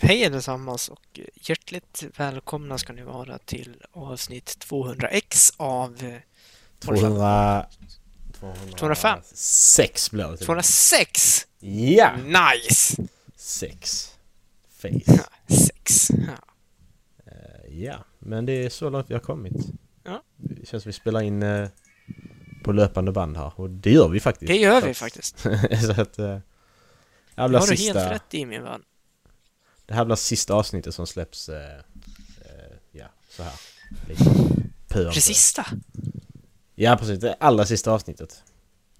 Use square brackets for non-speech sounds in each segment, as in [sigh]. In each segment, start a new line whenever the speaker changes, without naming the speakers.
Hej allesammans och hjärtligt välkomna ska ni vara till avsnitt 200x av eh,
200...
205.
6 blev det.
206!
Ja!
Mm. Nice!
6. Face.
Sex. Ja.
Eh, Ja, men det är så långt vi har kommit.
Ja.
Det känns som vi spelar in eh, på löpande band här. Och det gör vi faktiskt.
Det gör
Så
vi
att-
faktiskt.
[laughs] så att... eh, Det här,
Det
blir
har du helt
sista,
rätt i min vän.
det här blir sista avsnittet som släpps... eh, eh, Ja, så här. Lite pö om
Det
pö.
sista.
Ja, precis. Det allra sista avsnittet.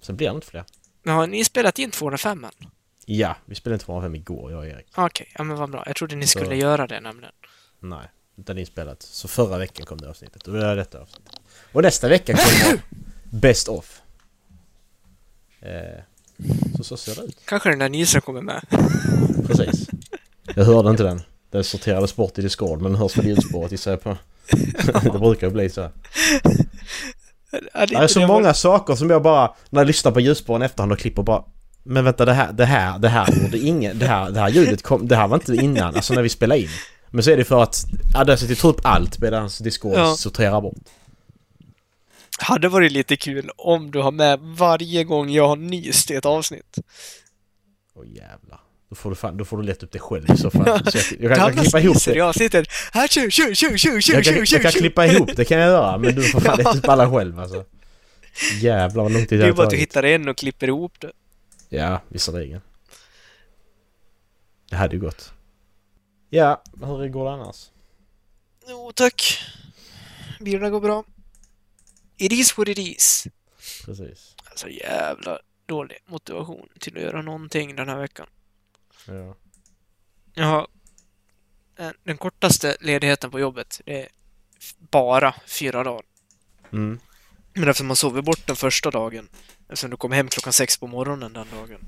Sen blir det inte fler.
Men har ni spelat in 205 än?
Ja, vi spelade inte 205 igår, jag och Erik.
Okej, ja men vad bra. Jag trodde ni
Så.
skulle göra det nämligen.
Nej, utan inspelat. Så förra veckan kom det avsnittet och det är detta avsnittet. Och nästa vecka kommer Best of. Eh, så så ser det ut.
Kanske den där nysen kommer med. [laughs]
Precis. Jag hörde inte den. Den sorterades bort i Discord men den hörs på ljudspåret gissar jag på. [laughs] det brukar ju bli så.
Är
Det är så många saker som jag bara, när jag lyssnar på ljudspåren i efterhand och klipper bara men vänta det här, det här, det här gjorde ingen, det här, det här ljudet kom, det här var inte innan, alltså när vi spelade in. Men så är det för att, ja, där sitter upp allt medan Discord
Ja.
sorterar bort.
Hade varit lite kul om du har med varje gång jag har nyst i ett avsnitt.
Åh jävlar. Då får, du fan, då får du leta upp det själv i
[laughs]
så fall. Så jag, jag, kan, jag,
Gamla
kan klippa ihop
sniser,
det.
Jag sitter här tju, tju, tju, tju, tju,
Jag kan,
tju, tju,
jag kan
tju.
klippa ihop det kan jag göra, men du
[laughs]
får fan leta upp alla själv alltså. Jävlar vad lång tid
Det
det
är
har
bara att du
tagit.
hittar en och klipper ihop det.
Ja, visserligen. Det hade ju gått. Ja, hur går det annars?
Jo tack. Bilarna går bra. It is what it is.
Precis.
Alltså jävla dålig motivation till att göra någonting den här veckan.
Ja.
Jag har den- den kortaste ledigheten på jobbet. Det är f- bara fyra dagar.
Mm.
Men eftersom man sover bort den första dagen, eftersom du kommer hem klockan sex på morgonen den dagen,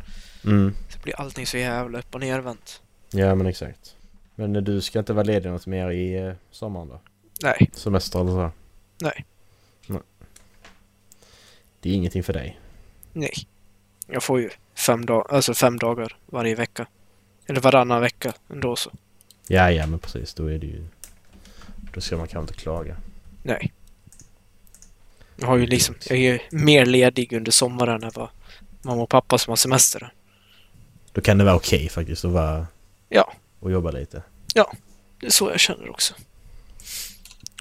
Mm.
så blir allting så jävla upp och nervänt.
Ja men exakt. Men du ska inte vara ledig något mer i eh, sommaren då?
Nej,
Semester eller så?
Nej.
Nej. Det är ingenting för dig.
nej. Jag får ju fem, dag- alltså fem dagar varje vecka. Eller varannan vecka ändå så.
Ja, ja men precis. Då är det ju... Då ska man kanske inte klaga.
Nej. Jag har ju liksom, jag är ju mer ledig under sommaren än vad mamma och pappa som har semester.
Då kan det vara okej faktiskt att vara...
Ja.
Och jobba lite.
Det är så jag känner också.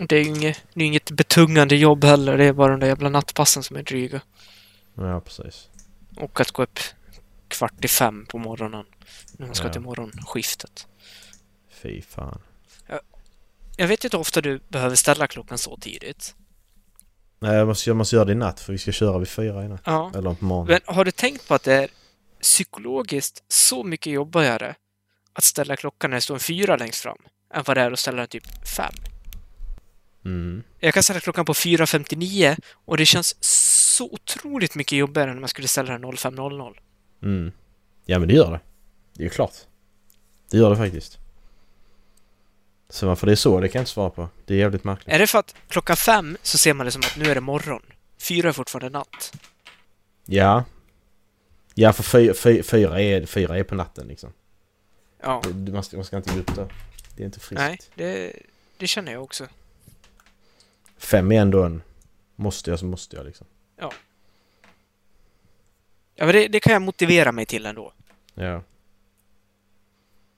Och Det är ju inget, det är inget betungande jobb heller, det är bara de där jävla nattpassen som är dryga.
Ja, precis.
Och att gå upp kvart i fem på morgonen. När man ska
Ja.
till morgonskiftet.
Fy fan.
Jag vet inte hur ofta du behöver ställa klockan så tidigt.
Nej, jag måste, jag måste göra det i natt för vi ska köra vid fyra i natt.
Ja.
Eller på morgonen.
Men har du tänkt på att det är psykologiskt så mycket jobbigare att ställa klockan när det står en fyra längst fram än vad det är att ställa den typ fem?
Mm.
Jag kan ställa klockan på 4.59 och det känns så otroligt mycket jobbigare än om man skulle ställa den 05.00.
Mm. Ja, men det gör det. Det är ju klart. Det gör det faktiskt. Så varför det är så, det kan jag inte svara på. Det är jävligt märkligt.
Är det för att klockan fem så ser man det som att nu är det morgon. Fyra är fortfarande natt.
Ja. Ja, för fy, fy, fyra, är, fyra är på natten liksom.
Ja.
Det- Du, man, ska, man ska inte gå upp då. Det är inte friskt.
Nej, det, det känner jag också.
Fem är ändå en... Måste jag så måste jag liksom.
Ja, men det, det kan jag motivera mig till ändå.
Ja.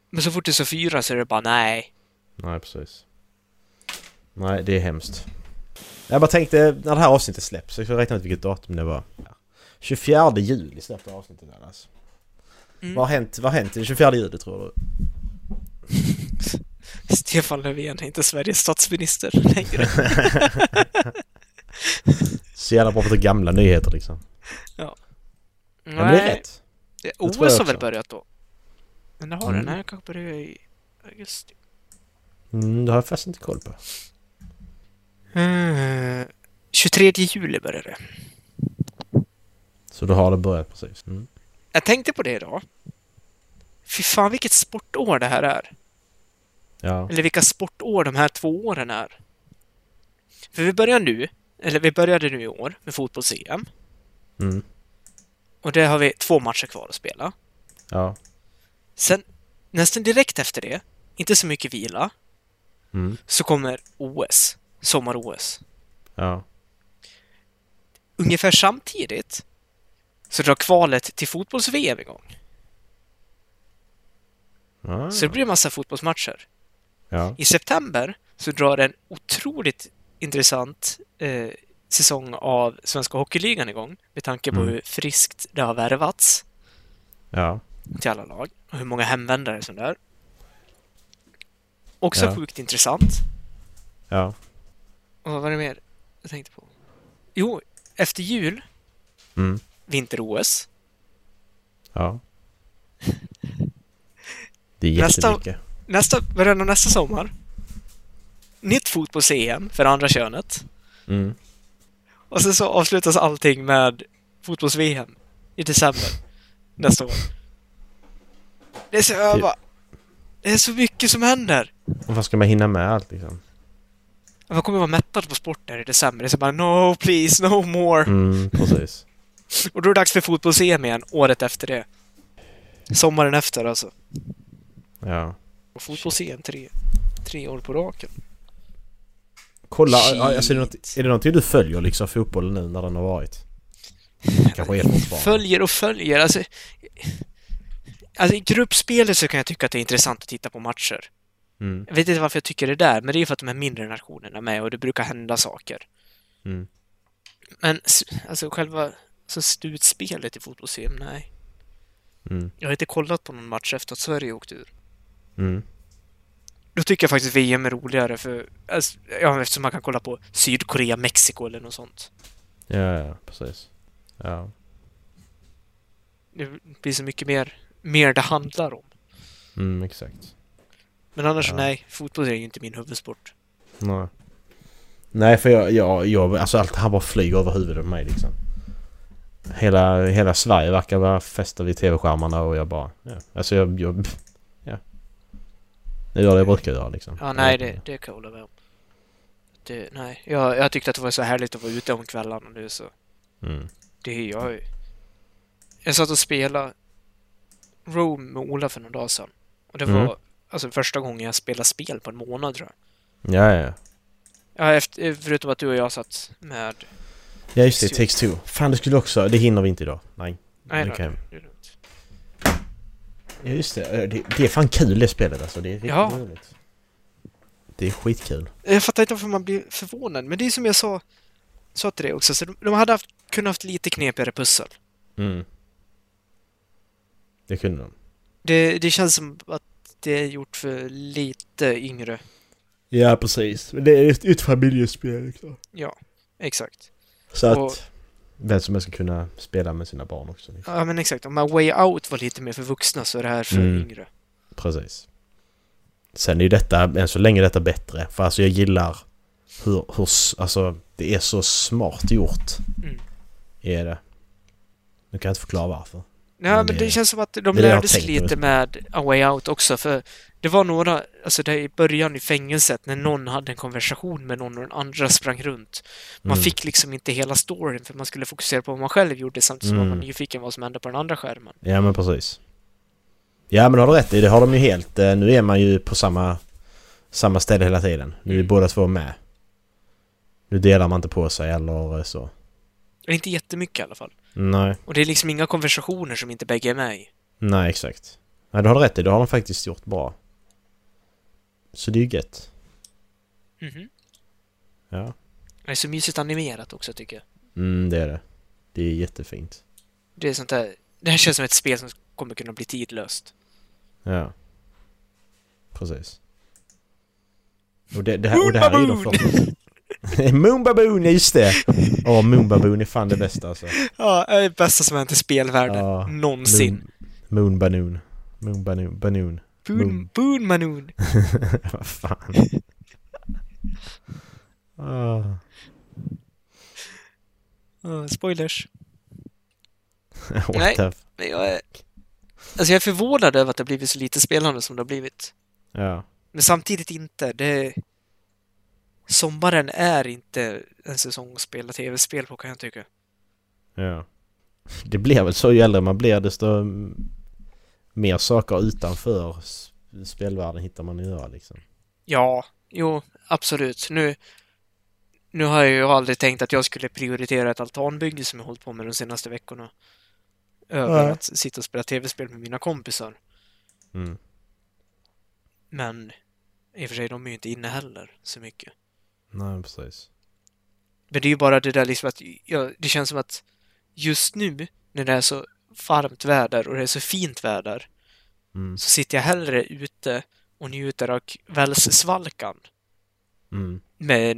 Men så fort det är så fyra så är det bara nej.
Nej, precis. Nej, det är hemskt. Jag bara tänkte, när det här avsnittet släpps, så jag ska räkna ut vilket datum det var. Ja. 24 juli släppte avsnittet där alltså.
Mm.
Vad har hänt, vad har hänt den 24 juli tror du?
Stefan Löfven är inte Sveriges statsminister
[laughs]
längre.
Så jävla bra på att ta gamla nyheter liksom. Nej. Men det är rätt.
Det-
tror jag
OS har väl
också.
börjat då? Men det har
Mm.
den. Nej, kanske börjar i augusti.
Mm, det har jag faktiskt inte koll på.
Eh, 23 juli börjar det.
Så då har det börjat precis. Mm.
Jag tänkte på det idag. Fy fan vilket sportår det här är.
Ja.
Eller vilka sportår de här två åren är. För vi börjar nu, eller vi började nu i år med fotbolls-EM.
Mm.
Och det har vi två matcher kvar att spela.
Ja.
Sen nästan direkt efter det inte så mycket vila,
Mm.
så kommer OS, sommar-OS.
Ja.
Ungefär samtidigt så drar kvalet till fotbolls-VM igång.
Ah.
Så det blir en massa fotbollsmatcher.
Ja.
I september så drar en otroligt intressant eh, säsong av Svenska Hockeyligan igång med tanke på
Mm.
hur friskt det har värvats
Ja.
till alla lag och hur många hemvändare som det är. Också
Ja.
sjukt intressant.
Ja.
Och vad var det mer jag tänkte på? Jo, efter jul,
Mm.
vinter-OS.
Ja. Det är
Nästa-
jättemycket.
Nästa, början av nästa sommar. Nytt fotbolls-EM för andra könet.
Mm.
Och sen så avslutas allting med fotbolls-VM i december nästa år. Det är så, jag bara, det är så mycket som händer.
Och vad ska man hinna med allt liksom?
Man kommer vara mättad på sport där i december. Det är så bara no please, no more. [laughs]
Mm, precis.
Och då är det dags för fotbolls-EM igen året efter det. Sommaren efter alltså.
Ja.
Och fotbolls-EM tre, tre år på raken.
Kolla,
Shit.
alltså, är, det något, är det någonting du följer liksom fotbollen nu när den har varit? Kanske är fortfarande.
Följer och följer. Alltså, alltså i gruppspelet så kan jag tycka att det är intressant att titta på matcher.
Mm,
Jag vet inte varför jag tycker det där, men det är ju för att de här mindre nationerna är med och det brukar hända saker.
mm.
Men s- alltså själva så slutspelet i fotbolls nej.
Mm.
Jag har inte kollat på någon match efter att Sverige åkte ur.
Mm.
Då tycker jag faktiskt VM är roligare för, alltså, ja, eftersom man kan kolla på Sydkorea, Mexiko eller något sånt.
Ja, ja, precis. Ja.
Det blir så mycket mer, mer det handlar om.
Mm, exakt.
Men annars
Ja.
nej, fotboll är ju inte min huvudsport.
Nej. Nej, för jag, jag, jag alltså allt det här bara flyger över huvudet på mig liksom. Hela, hela Sverige verkar vara fästa vid tv-skärmarna och jag bara... Ja. Alltså jag... jag ja. Jag gör det jag brukar göra liksom.
Ja, nej, det, det kan jag hålla med om. Det, nej, jag, jag tyckte att det var så härligt att vara ute om kvällarna nu så.
Mm.
Det är jag. Jag satt och spelade Rome med Ola för några dagar sedan. Och det var
Mm.
alltså första gången jag spelade spel på en månad tror jag.
Ja, ja, ja.
Ja, efter, eh, förutom att du och jag satt med...
Ja, just det. Takes two. Fan, det skulle också... Det hinner vi inte idag. Nej.
Nej,
Det
då,
kan-
det är lugnt.
Ja, just det. Eh, det. Det är fan kul det spelet alltså. Det är riktigt
Ja.
roligt. Det är skitkul.
Jag fattar inte varför man blir förvånad, men det är som jag sa, sa till dig också, så de, de hade haft, kunnat haft lite knepigare pussel.
Mm. Det kunde de.
Det, det känns som att det är gjort för lite yngre.
Ja, precis. Men det är ett, ett familjespel liksom.
Ja, exakt.
Så
Och-
att vem som helst ska kunna spela med sina barn också. Liksom.
Ja, men exakt. Om My Way Out var lite mer för vuxna så är det här för
Mm.
yngre.
Precis. Sen är ju detta, än så länge detta bättre. För alltså jag gillar hur, hur s- alltså det är så smart gjort.
Mm.
Är det. Nu kan jag inte förklara varför.
Ja,
Men
men
det-
det känns som att de
Mm. det jag
lärde sig
tänker
lite
liksom.
med A Way Out också, för det var några, alltså där i början i fängelset, när någon hade en konversation med någon och den andra sprang runt. Man
Mm.
fick liksom inte hela storyn, för man skulle fokusera på vad man själv gjorde samtidigt som man
Mm.
var nyfiken vad som hände på den andra skärmen.
Ja men precis. Ja men det har du rätt i, det har de ju helt. Eh, Nu är man ju på samma, samma ställe hela tiden. Nu är
Mm.
båda två med. Nu delar man inte på sig eller eh, så.
Och Inte jättemycket i alla fall.
Nej,
Och det är liksom inga konversationer som inte bägge är med i.
nej exakt. Nej du har rätt i, det har de faktiskt gjort bra. Så det är ju gött.
Mhm.
Mm. Ja.
Det är så mysigt animerat också tycker jag.
Mm, det är det. Det är jättefint.
Det är sånt där, det här känns som ett spel som kommer kunna bli tidlöst.
Ja. Precis. Och det, det, här, och det här är ju de första... [laughs] Moon Baboon, ja, just det! Åh, Moon Baboon är fan det bästa alltså.
Ja, det är det bästa som hänt i spelvärlden
Ja,
någonsin.
Moon, Moon Banoon. Moon Banoon. Banoon.
Boon, boon Manoon!
[laughs] Vad fan. Ah.
Ja, spoilers.
What
Nej.
the f-
Men jag är... Alltså jag är förvånad över att det har blivit så lite spelande som det har blivit.
Ja.
Men samtidigt inte. Det... Sommaren är inte en säsong att spela tv-spel på kan jag tycka.
Ja. Det blir väl så ju äldre man blir desto mer saker utanför s- spelvärlden hittar man att göra liksom.
Ja, jo, absolut. Nu, nu har jag ju aldrig tänkt att jag skulle prioritera ett altanbygge som jag hållit på med de senaste veckorna. Över
Nej.
att sitta och spela tv-spel med mina kompisar.
Mm.
Men i och för sig, de är ju inte inne heller så mycket.
Nej, precis.
Men det är ju bara det där liksom att jag, det känns som att just nu när det är så varmt väder och det är så fint väder
Mm.
så sitter jag hellre ute och njuter av kvällssvalkan
Mm. med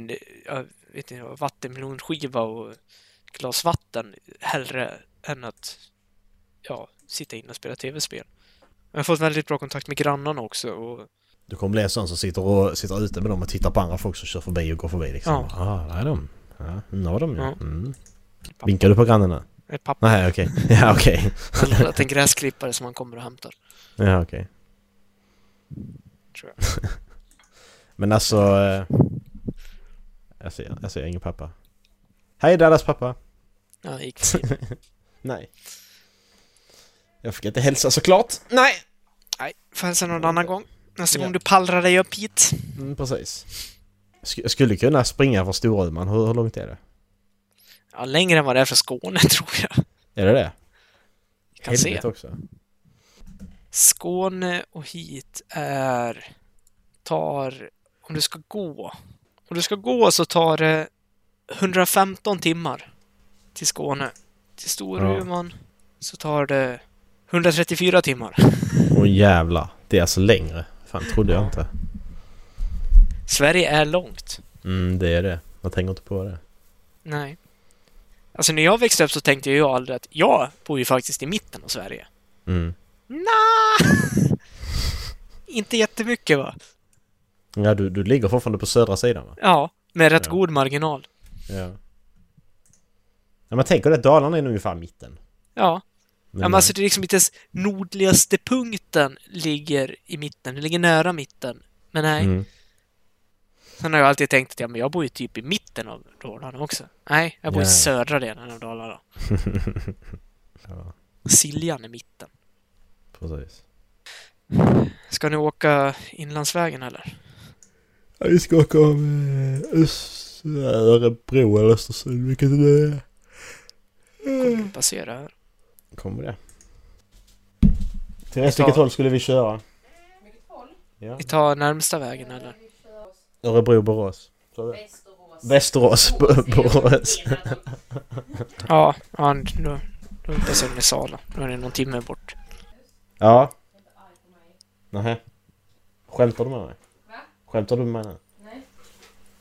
med en jag vet inte, vattenmelonskiva och ett glas vatten hellre än att ja, sitta inne och spela tv-spel. Jag har fått väldigt bra kontakt med grannarna också och
Du kommer bli en sån som sitter, och, sitter ute med dem och tittar på andra folk som kör förbi och går förbi liksom.
Ja.
Ah, där är de. Ja, nu har de ju.
Ja.
Mm. Vinkar du på grannarna?
eh, pappa
Nej, okej. [laughs] Ja, okej.
har lånat en gräsklippare som han kommer och hämtar.
Ja, okej.
Tror
[laughs] Men alltså... eh, Jag ser, jag ser ingen pappa. Hej Dallas pappa!
Ja, jag gick förbi.
Nej. Jag fick inte hälsa såklart. Nej!
Nej, får hälsa någon annan gång. Nästa
Ja.
gång du pallrar dig upp hit.
Mm, precis. Sk- jag skulle kunna springa från Storuman. Hur, hur långt är det?
Ja, längre än vad det är från Skåne [laughs] tror jag.
Är det det?
Jag kan se.
Helvete också.
Skåne och hit är... Tar... Om du ska gå. Om du ska gå så tar det 115 timmar till Skåne. Till Storuman så tar det 134 timmar.
Åh jävlar. Det är alltså längre. Fan, trodde jag inte.
Sverige är långt.
Mm, det är det. Jag tänker inte på det.
Nej. Alltså när jag växte upp så tänkte jag ju aldrig att jag bor ju faktiskt i mitten av Sverige.
Mm.
[laughs] Inte jättemycket va?
Ja, du, du ligger fortfarande på södra sidan va?
Ja, med rätt
Ja.
god marginal.
Ja. Ja, man tänker det. Dalarna är nog ungefär mitten.
Ja,
Men, eh,
men, ja, men alltså det är liksom inte ens nordligaste punkten ligger i mitten, den ligger nära mitten. Men nej,
Mm. [laughs]
sen har jag alltid tänkt att ja, men jag bor ju typ i mitten av Dalarna också. Nej, jag bor
Ja.
i södra delen av Dalarna.
Ja,
Siljan i mitten.
precis.
Ska ni åka Inlandsvägen eller?
Ja, vi ska åka om eh, Öst- Örebro eller Östersund, vilket det är.
Kommer ni passera här?
Kommer det. Therese, vilket håll skulle vi köra?
Vilket håll?
Ja.
Ni tar närmsta vägen eller?
Vi kör oss
Örebro, Borås. Så är det.
Västerås.
Västerås, B- Borås. [laughs]
Ja, ja då, då passerar ni Sala. Då är det någon timme bort.
Ja. Nej. Skämtar du med mig? Skämtar du med mig nu?
Nej.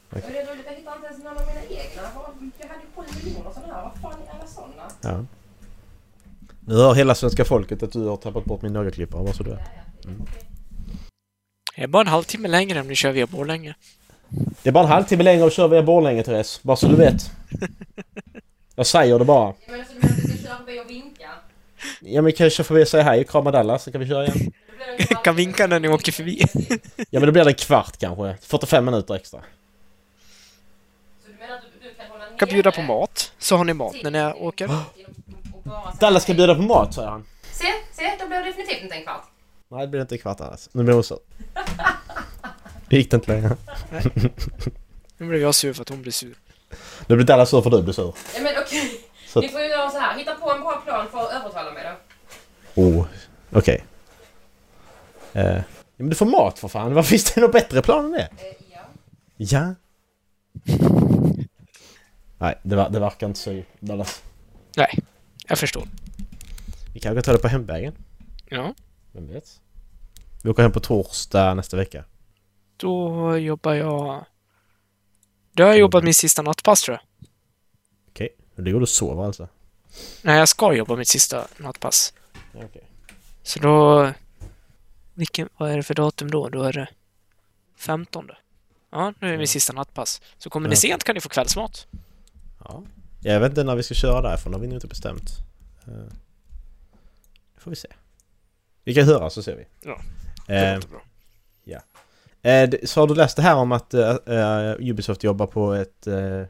Jag är rädd att jag hittar inte ens någon av mina egna. Vad- Jag hade ju sju miljoner sådana här. Vad fan är alla sådana?
Ja. Nu hör hela svenska folket att du har tappat bort min nagelklippare, bara så du är.
Det är bara en halvtimme längre om ni kör via Borlänge.
Det är bara en halvtimme längre att köra via Borlänge, Therese. Bara så du [laughs] vet. Jag säger det bara.
Jag menar så alltså, du menar att vi ska köra förbi och vinka?
Ja men vi kan jag köra förbi och säga hej och krama Dallas, så kan vi köra igen.
Då blir det en kvart.
Kan vinka när ni åker förbi.
Ja men då blir det en kvart kanske. 45 minuter extra.
Så du menar att du, du kan hålla
kan
nere
bjuda på mat, så har ni mat när ni
[gasps]
åker.
genom- och bara säga
Dallas ska
hej.
bjuda på mat, säger han.
Se, se, då blir det definitivt inte en kvart.
Nej, det blir inte en kvart alls. Nu blir hon sur. [laughs] Det gick det inte längre.
Nu blev jag sur för att hon blev sur.
Nu blir Dallas sur för du blir sur.
Ja, men okej.
Så-
Ni får ju göra så här. Hitta på en bra plan för att övertala mig då.
Oh, okej. Eh, ja, men du får mat för fan. Varför finns det något bättre plan än det?
Eh, ja.
Ja. [laughs] Nej, det, var, det verkar inte så Dallas.
Nej, jag förstår.
Vi kanske tar det på hemvägen.
Ja,
Vem vet? Vi åker hem på torsdag nästa vecka.
då jobbar jag... Då har jag jobbat mitt sista nattpass tror jag.
Okej. Okay. Det går du sover alltså?
Nej, jag ska jobba mitt sista nattpass.
Okej.
Så då... Vilken, vad är det för datum då? Då är det 15. Ja, nu är det mitt sista nattpass. Så kommer ni
Ja.
sent kan ni få kvällsmat.
Ja. Jag vet inte när vi ska köra därifrån. Det har vi nog inte bestämt. Eh, Det får vi se. Vi kan höra så ser vi.
Ja. Det
Eh,
låter bra.
Eh, d- så har du läst det här om att eh, eh, Ubisoft jobbar på ett... Eh,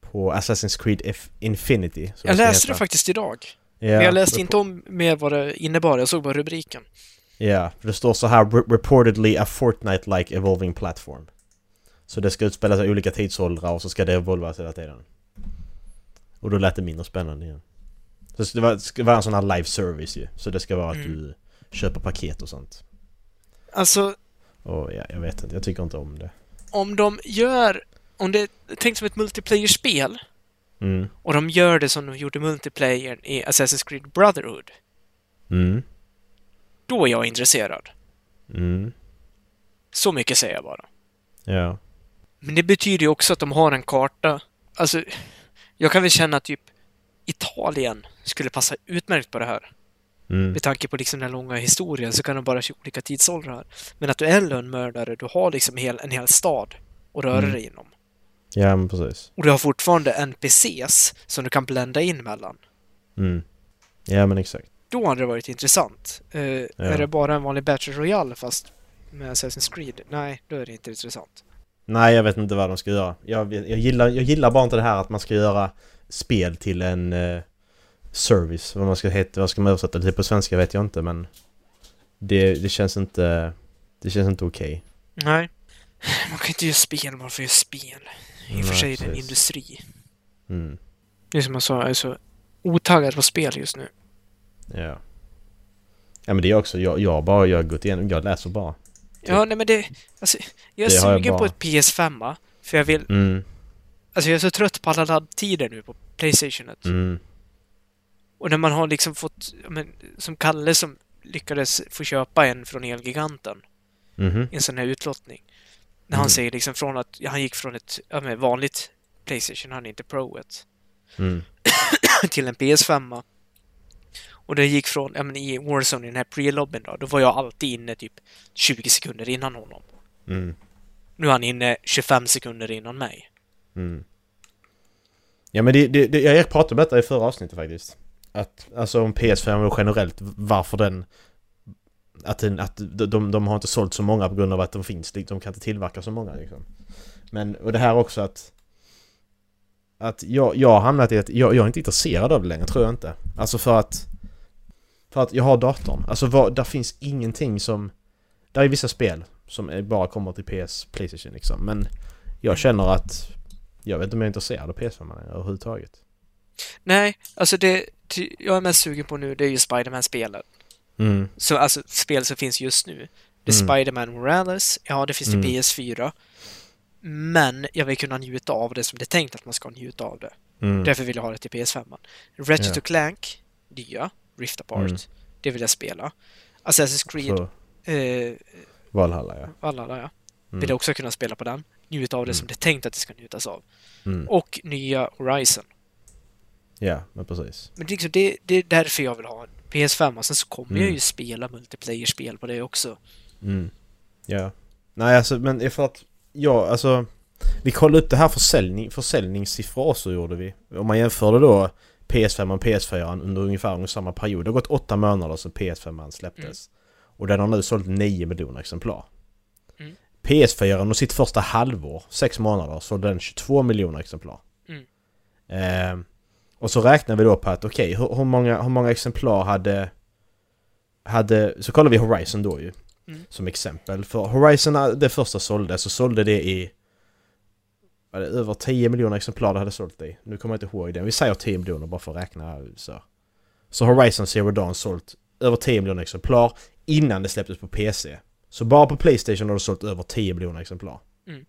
på Assassin's Creed F- Infinity. som
Jag
ska
läste det
heta.
faktiskt idag.
Ja,
Men jag läste
och-
inte om mer vad det innebar. Jag såg bara rubriken.
Ja, för det står så här "Re- “Reportedly a Fortnite-like evolving platform”. Så det ska utspela sig i olika tidsåldrar och så ska det evolvas hela tiden. Och då lät det mindre spännande igen. Så det ska vara, det ska vara en sån här live service ju. Så det ska vara att
Mm.
du köper paket och sånt.
Alltså,
Och ja, jag vet inte, jag tycker inte om det.
om de gör... Om det är tänkt som ett multiplayer-spel
Mm.
och de gör det som de gjorde multiplayer i Assassin's Creed Brotherhood,
Mm.
då är jag intresserad.
Mm.
Så mycket säger jag bara.
Ja.
Men det betyder ju också att de har en karta. Alltså, jag kan väl känna att typ Italien skulle passa utmärkt på det här.
Mm.
Med tanke på liksom den långa historien så kan de bara köra olika tidsåldrar. Men att du är en lönnmördare, du har liksom hel, en hel stad att röra
Mm.
dig inom.
Ja, men precis.
Och du har fortfarande NPCs som du kan blända in mellan.
Mm. Ja, men exakt.
Då hade det varit intressant. Eh, Är det bara en vanlig Battle Royale fast med Assassin's Creed? Nej, då är det inte intressant.
Nej, jag vet inte vad de ska göra. Jag, vet- jag, gillar, jag gillar bara inte det här att man ska göra spel till en eh, service. Vad man ska heta, vad ska man översätta det till på svenska vet jag inte, men det, det känns inte... Det känns inte okej.
Nej. Man kan inte göra spel bara för att göra spel. I och för
Nej,
sig är det en
precis.
industri.
Mm.
Det är som jag sa, jag är så otaggad på spel just nu.
Ja. Ja, men det är jag också. Jag, jag bara, jag har gått igenom, jag läser bara.
Ja, nej men det... Alltså, jag är
Det har jag
sugen på
bara.
ett PS5, för jag vill...
Mm,
Alltså jag är så trött på alla laddtider nu på Playstationet.
mm,
Och när man har liksom fått... ja, Men, som Kalle som lyckades få köpa en från Elgiganten.
mhm,
en sån här utlottning. När han
Mm.
säger liksom från att han gick från ett ja, men vanligt Playstation, han är inte proet,
mm,
till en PS5. Och det gick från, ja men i Warzone, i den här pre-lobben då, då var jag alltid inne typ 20 sekunder innan honom.
mm,
Nu är han inne 25 sekunder innan mig.
mm. Ja, men det, det, det, jag pratade om detta i förra avsnittet faktiskt. Att, alltså om PS5 och generellt, varför den... Att, den, att de, de, de har inte sålt så många på grund av att de finns, de kan inte tillverka så många liksom. Men, och det här också att... Att jag, jag har hamnat i att, jag, jag är inte intresserad av det längre, tror jag inte. Alltså för att... För att jag har datorn. Alltså vad, där finns ingenting som... Där är vissa spel som är- bara kommer till PS, Playstation liksom. Men jag känner att... Jag vet inte om jag är intresserad av PS5 längre överhuvudtaget.
Nej, alltså det ty, jag är mest sugen på nu, det är ju Spiderman-spelet.
Mm,
Så, alltså spel som finns just nu. Det är
Mm.
Spiderman Morales, ja det finns till
Mm.
PS4. Men jag vill kunna njuta av det som det är tänkt att man ska njuta av det.
mm,
Därför vill jag ha det till PS5. Ratchet
Ja.
och Clank, nya, Rift Apart.
Mm.
Det vill jag spela. Assassin's Creed,
så
eh,
Valhalla ja.
Valhalla ja.
Mm.
Vill jag också kunna spela på den. Njuta av det som det är tänkt att det ska njutas av.
Mm.
Och nya Horizon.
Ja, men precis.
Men det, är liksom, det, det är därför jag vill ha en PS5. Och sen så kommer
Mm.
jag ju spela multiplayer-spel på det också.
Mm. Ja. Nej, alltså men det är för att... Ja, alltså... Vi kollade upp det här försäljning, försäljningssiffror också gjorde vi. Om man jämförde då PS5 och PS4 under ungefär under samma period. Det har gått åtta månader sedan PS5 släpptes. Och den har nu sålt 9 miljoner exemplar.
Mm.
PS4 under sitt första halvår, sex månader, sålde den 22 miljoner exemplar.
Mm.
Eh, och så räknar vi då på att okej, hur, hur, många, hur många exemplar hade... Hade... Så kollar vi Horizon då ju
Mm.
som exempel. För Horizon, det första sålde, så sålde det i var det över 10 miljoner exemplar det hade sålt i. Nu kommer jag inte ihåg det. Vi säger 10 miljoner bara för att räkna så. Så Horizon Zero Dawn sålt över 10 miljoner exemplar innan det släpptes på PC. Så bara på Playstation har det sålt över 10 miljoner exemplar.
Mm.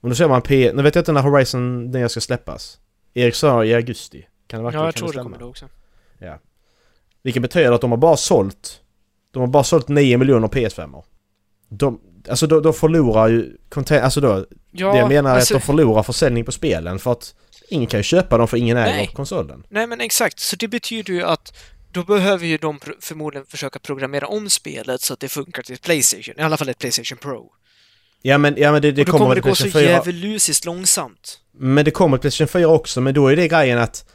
Och nu ser man P... Nu vet jag inte när Horizon, när jag ska släppas. Erik sa i augusti. Kan det verkligen
Ja, jag
kan
tror det
stämma?
kommer det också.
Vilket betyder att de har bara sålt... De har bara sålt 9 miljoner PS5. De, alltså de, de förlorar ju... Content, alltså då,
Ja,
det jag menar är
alltså-
att de förlorar försäljning på spelen för att ingen kan ju köpa dem för ingen äger
Nej.
konsolen.
Nej, men exakt. Så det betyder ju att då behöver ju de pro- förmodligen försöka programmera om spelet så att det funkar till Playstation, i alla fall ett Playstation Pro.
Ja men, ja, men det, det
och då
kommer
kommer
väl
det gå så
Playstation 4...
djävulusiskt långsamt.
Men det kommer Playstation 4 också, men då är det grejen att...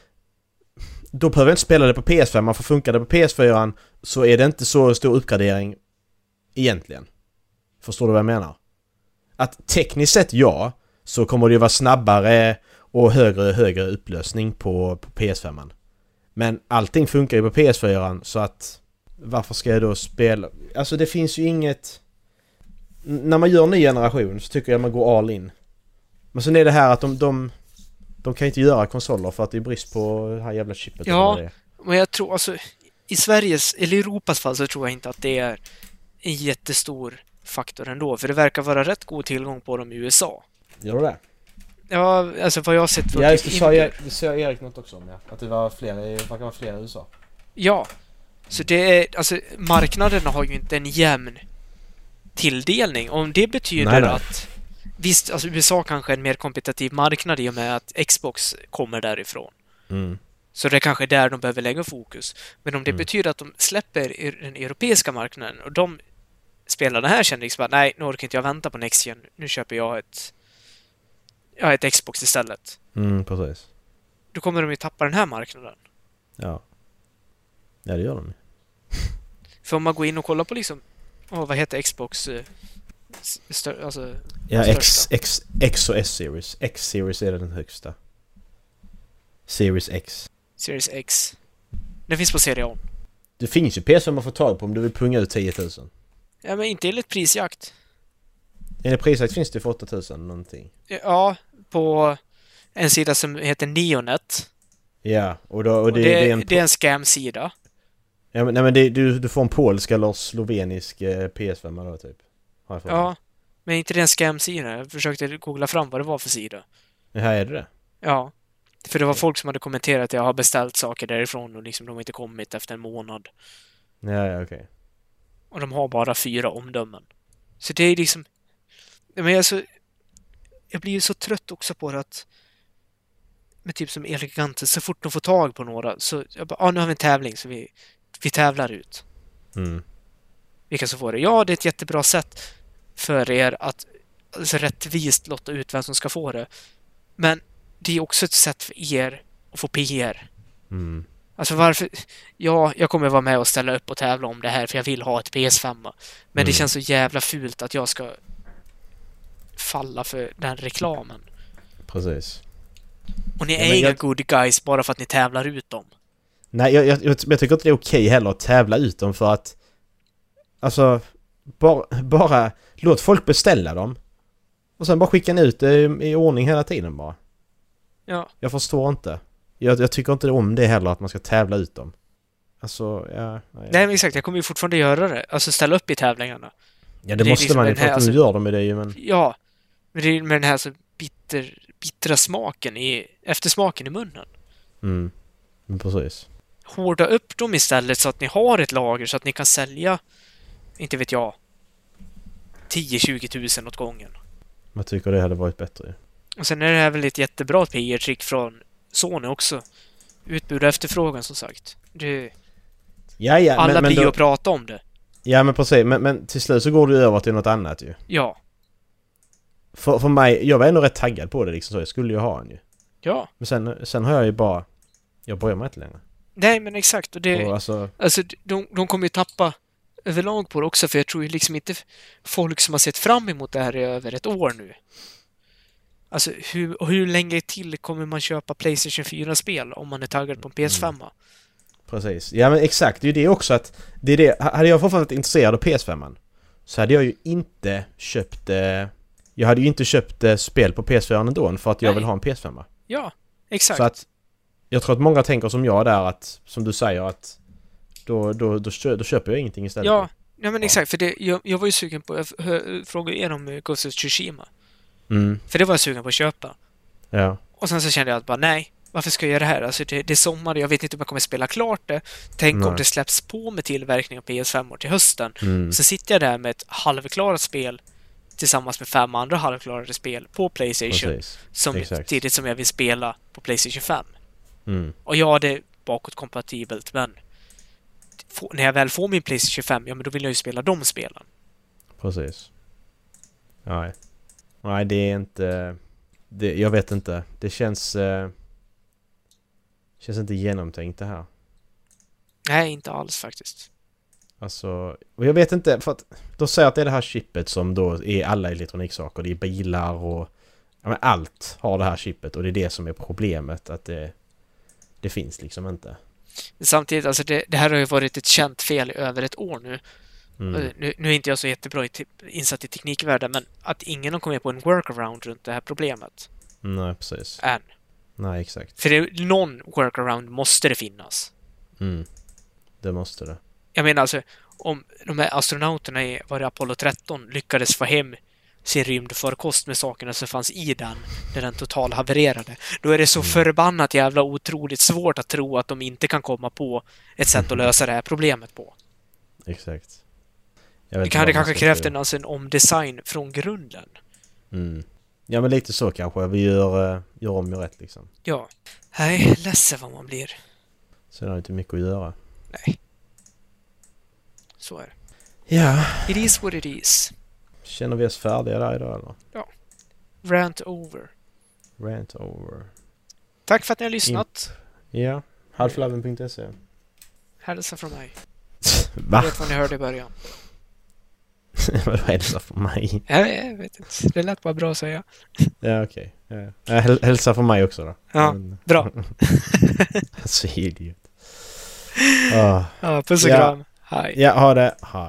Då behöver jag inte spela det på PS5, man får funka det på PS4 så är det inte så stor uppgradering egentligen. Förstår du vad jag menar? Att tekniskt sett ja, så kommer det ju vara snabbare och högre högre upplösning på, på PS5. Men allting funkar ju på PS4 så att Varför ska jag då spela? Alltså det finns ju inget... N- När man gör ny generation så tycker jag man går all in. Men sen är det här att de... De, de kan inte göra konsoler för att det är brist på det här jävla chippet. eller
Ja.
vad det är.
Men jag tror, alltså, i Sveriges, eller i Europas fall så tror jag inte att det är en jättestor faktor ändå, för det verkar vara rätt god tillgång på dem i USA.
Gör du det?
Ja, alltså vad jag har sett från
Ja just
typ
det, sa
indier.
Erik, det sa Erik något också om ja. Att det var fler, i- verkar vara fler i USA.
Ja. Så det är, alltså marknaderna har ju inte en jämn tilldelning. Om det betyder
Nej, nej.
att Visst, alltså USA kanske är en mer kompetitiv marknad i och med att Xbox kommer därifrån.
Mm.
Så det är kanske är där de behöver lägga fokus. Men om det betyder att de släpper i den europeiska marknaden och de spelarna här känner liksom att nej, nu orkar inte jag vänta på Next Gen. Nu köper jag ett, ja, ett Xbox istället.
Mm, precis.
Då kommer de ju tappa den här marknaden.
Ja. Ja det gör de ju.
För om man går in och kollar på liksom, åh, vad heter Xbox? eh, s- Stör, alltså,
Ja,
Den
X,
största.
X, X och S-series. X-series är den högsta. Series X.
Series X. Den finns på Serie A.
Det finns ju PS5 man får tag på om du vill punga ut 10 000.
Ja, men inte enligt prisjakt.
Enligt prisjakt finns det för 8 000 någonting.
Ja, på en sida som heter Neonet.
Ja, och, då, och
Och
det,
det,
det, är en...
det är en scam-sida.
Ja, men, nej men det, du, du får en polsk eller slovenisk eh, PS5 då typ. Har jag för mig.
Ja, men inte det är en scam-sida. Jag försökte googla fram vad det var för sida.
Ja, Här är det det.
Ja. För det var folk som hade kommenterat att jag har beställt saker därifrån och liksom de har inte kommit efter en månad.
Ja, ja okej.
Och de har bara fyra omdömen. Så det är liksom... Nej, Men jag, är så... jag blir ju så trött också på det att... Med typ som Elgiganten, så fort de får tag på några så... Jag bara, ah, nu har vi en tävling så vi, vi tävlar ut.
Mm.
Vilka som får det. Ja, det är ett jättebra sätt för er att alltså, rättvist lotta ut vem som ska få det. Men det är också ett sätt för er att få PR.
Mm.
Alltså varför... Ja, jag kommer vara med och ställa upp och tävla om det här för jag vill ha ett PS5. Men det
Mm.
känns så jävla fult att jag ska falla för den reklamen.
Precis.
Och ni
Ja,
är
men
inga
jag-
good guys bara för att ni tävlar ut dem.
Nej, jag, jag, jag, jag tycker inte det är okej heller att tävla ut dem för att... Alltså, bara, bara låt folk beställa dem. Och sen bara skicka ut det i, i ordning hela tiden bara.
Ja,
Jag förstår inte. Jag, jag tycker inte om det heller att man ska tävla ut dem. Alltså, ja... Nej,
nej men exakt, jag kommer ju fortfarande göra det. Alltså ställa upp i tävlingarna. det
ja, det,
är
måste
liksom
man ju
den
för att
här,
nu
alltså-
gör de ju det ju men...
Ja, men det är ju med den här så bitter, bittra smaken i... Eftersmaken i munnen.
Mm. Men precis.
Hårda upp dem istället så att ni har ett lager så att ni kan sälja, inte vet jag, 10-20 tusen åt gången.
Man tycker det hade varit bättre ju.
Och sen är det här väl ett jättebra PR-trick från Sony också. Utbud och efterfrågan som sagt. Det,
Ja, ja,
alla
men, men
blir ju
då,
och pratar om det.
Ja, men precis. Men, men till slut så går det ju över till något annat ju.
Ja.
För, för mig, jag var ändå rätt taggad på det liksom så. Jag skulle ju ha en ju.
Ja.
Men sen, sen har jag ju bara... Jag bryr mig inte längre.
Nej men exakt. Och det,
Och alltså,
alltså, de, de kommer ju tappa överlag på det också för jag tror ju liksom inte folk som har sett fram emot det här i över ett år nu. Alltså hur, och hur länge till kommer man köpa Playstation 4-spel om man är taggad på
Mm.
en PS5?
precis. Ja men exakt, det är ju det också att... Det är det, ha- hade jag fortfarande varit intresserad av PS5 så hade jag ju inte köpt... Eh, jag hade ju inte köpt eh, spel på PS4 ändå för att jag
Nej.
vill ha en PS5.
Ja, exakt.
Så att... Jag tror att många tänker som jag där att, som du säger att... Då, då, då, kö- då köper jag ingenting istället.
Ja, nej men
Ja.
exakt. För det, jag, jag var ju sugen på... Jag f- hö- frågade er om eh, Ghost of Tsushima.
Mm,
För det var jag sugen på att köpa.
ja.
Och sen så kände jag att bara nej, varför ska jag göra det här? Alltså det, det är sommar, jag vet inte om jag kommer spela klart det. Tänk om
Nej.
det släpps på med tillverkning av PS5 till hösten.
Mm,
Så sitter jag där med ett halvklarat spel tillsammans med fem andra halvklarade spel på Playstation.
precis.
Som
exakt.
tidigt som jag vill spela på Playstation 5.
Mm,
Och ja, det är bakåtkompatibelt men få- när jag väl får min Playstation 5, ja men då vill jag ju spela de spelen.
precis. Nej. Nej, det är inte... Det, jag vet inte. Det känns... Eh, känns inte genomtänkt det här.
Nej, inte alls faktiskt.
Alltså, och jag vet inte, för att de säger att det är det här chippet som då är alla elektroniksaker, det är bilar och... Ja men allt har det här chippet och det är det som är problemet att det... Det finns liksom inte.
Samtidigt, alltså det, det här har ju varit ett känt fel i över ett år nu.
Mm.
Nu, nu är inte jag så jättebra i te- insatt i teknikvärlden, men att ingen har kommit på en workaround runt det här problemet
Nej, precis.
än.
Nej, exakt.
För det, någon workaround måste det finnas.
Mm. Det måste det.
Jag menar alltså, om de här astronauterna i var det Apollo 13 lyckades få hem sin rymdfarkost med sakerna som fanns i den när den total havererade. Då är det
Mm.
så förbannat jävla otroligt svårt att tro att de inte kan komma på ett sätt att
Mm.
lösa det här problemet på.
Exakt. Jag vet
Det
inte vad
hade
man
kanske
ska
krävt
säga.
en, alltså, en omdesign från grunden.
Mm. Ja, men lite så kanske. Vi gör, eh, gör om och rätt liksom.
Ja. Nej, ledsen vad man blir.
Sen har det inte mycket att göra.
Nej. Så är det.
Ja.
It is what it is.
Känner vi oss färdiga där idag eller?
Rant over.
Rant over.
Tack för att ni har lyssnat.
Mm. Ja. Halflaven.se.
Hälsa från mig.
[laughs] Va?
Vet
[laughs]
vad ni hörde i början.
Vadå hälsa från mig?
Jag, jag vet inte. Det lät bara bra att säga.
Ja, okej. Ja, ja. Äh, häl- Hälsa från mig också då.
Ja,
Men- [laughs]
bra. [laughs]
Så idiot. Ah.
Ja, puss och
Ja.
kram. Hej.
Ah. Ja, ha det. Hej.